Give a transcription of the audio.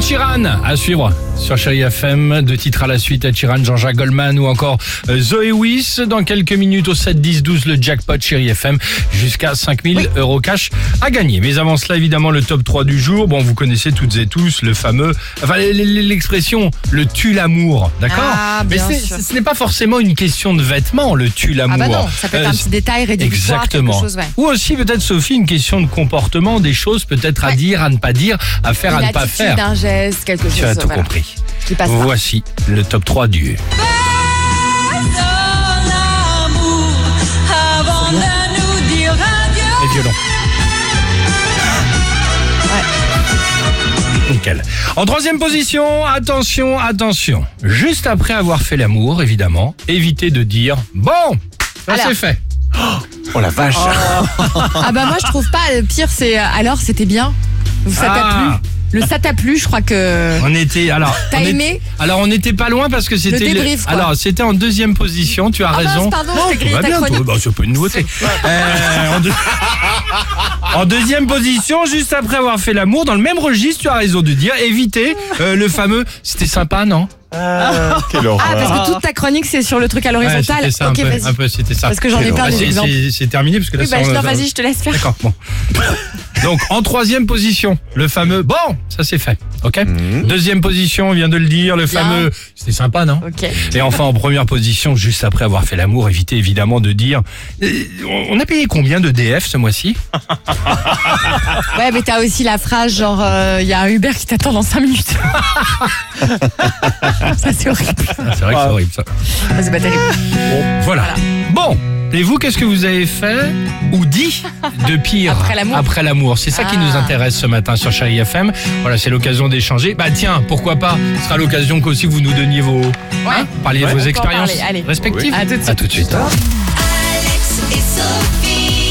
Chiran à suivre sur Chéri FM. Deux titres à la suite à Chiran, Jean-Jacques Goldman ou encore euh, Zoé Wiss. Dans quelques minutes au 7, 10, 12, le jackpot Chéri FM. Jusqu'à 5000 euros cash à gagner. Mais avant cela, évidemment, le top 3 du jour. Bon, vous connaissez toutes et tous le fameux, enfin, l- l- l'expression le tue l'amour. D'accord? Ah, Mais bien c'est- sûr. ce n'est pas forcément une question de vêtements, le tue l'amour. Ah bah non, ça peut être Euh, un petit détail rédhibitoire, Exactement. quelque chose, ouais. Ou aussi peut-être Sophie une question de comportement, des choses peut-être à Ouais. dire, à ne pas dire, à faire, Une à ne pas attitude, faire. un geste, quelque chose. Tu as tout voilà, compris. Qui passe pas. Voici le top 3 du. avant de nous dire adieu. Les violons. Nickel. En troisième position, attention, attention. Juste après avoir fait l'amour, évidemment, évitez de dire Bon, ça Alors. c'est fait. Oh la vache Ah bah moi je trouve pas. Le pire c'est euh, alors c'était bien. Ou Ça t'a Ah. plu. Le ça t'a plu, je crois que. On était. Alors, T'as on est- aimé Alors, on n'était pas loin parce que c'était. débrief, quoi. Alors, c'était en deuxième position, tu as Ah mince, raison. pardon, Non, je t'ai tout grillé va ta bien, chronique. tout- bah, c'est pas une nouveauté. Euh, en, deux- en deuxième position, juste après avoir fait l'amour, dans le même registre, tu as raison de dire éviter euh, le fameux c'était sympa, non Quelle horreur Ah parce que toute ta chronique c'est sur le truc à Ouais, C'était l'horizontale. ça, ok un peu, vas-y. un peu, c'était ça. Parce que j'en ai Bah, plein des c'est- exemples. c'est- c'est terminé parce que là, Oui ça, bah on- ça- non, vas-y je te laisse faire. D'accord, bon. Donc, en troisième position, le fameux bon, ça c'est fait, ok Mhm. Deuxième position, on vient de le dire, le Bien. fameux c'était sympa, non Ok. Et enfin, en première position, juste après avoir fait l'amour, évitez évidemment de dire Euh, On a payé combien de DF ce mois-ci Ouais mais t'as aussi la phrase genre euh, il y a un Uber qui t'attend dans 5 minutes. ça c'est horrible. Ah, C'est vrai que c'est horrible ça. Ah, c'est pas terrible. Bon, voilà. Bon, et vous, qu'est-ce que vous avez fait ou dit de pire Après l'amour. après l'amour C'est ça qui Ah. nous intéresse ce matin sur Chérie FM. Voilà, c'est l'occasion d'échanger. Bah tiens, pourquoi pas Ce sera l'occasion qu'aussi vous nous donniez vos. hein, parliez de On vos peut en expériences parler, allez. respectives. Oui. À tout de suite. À tout de suite. Alex et Sophie.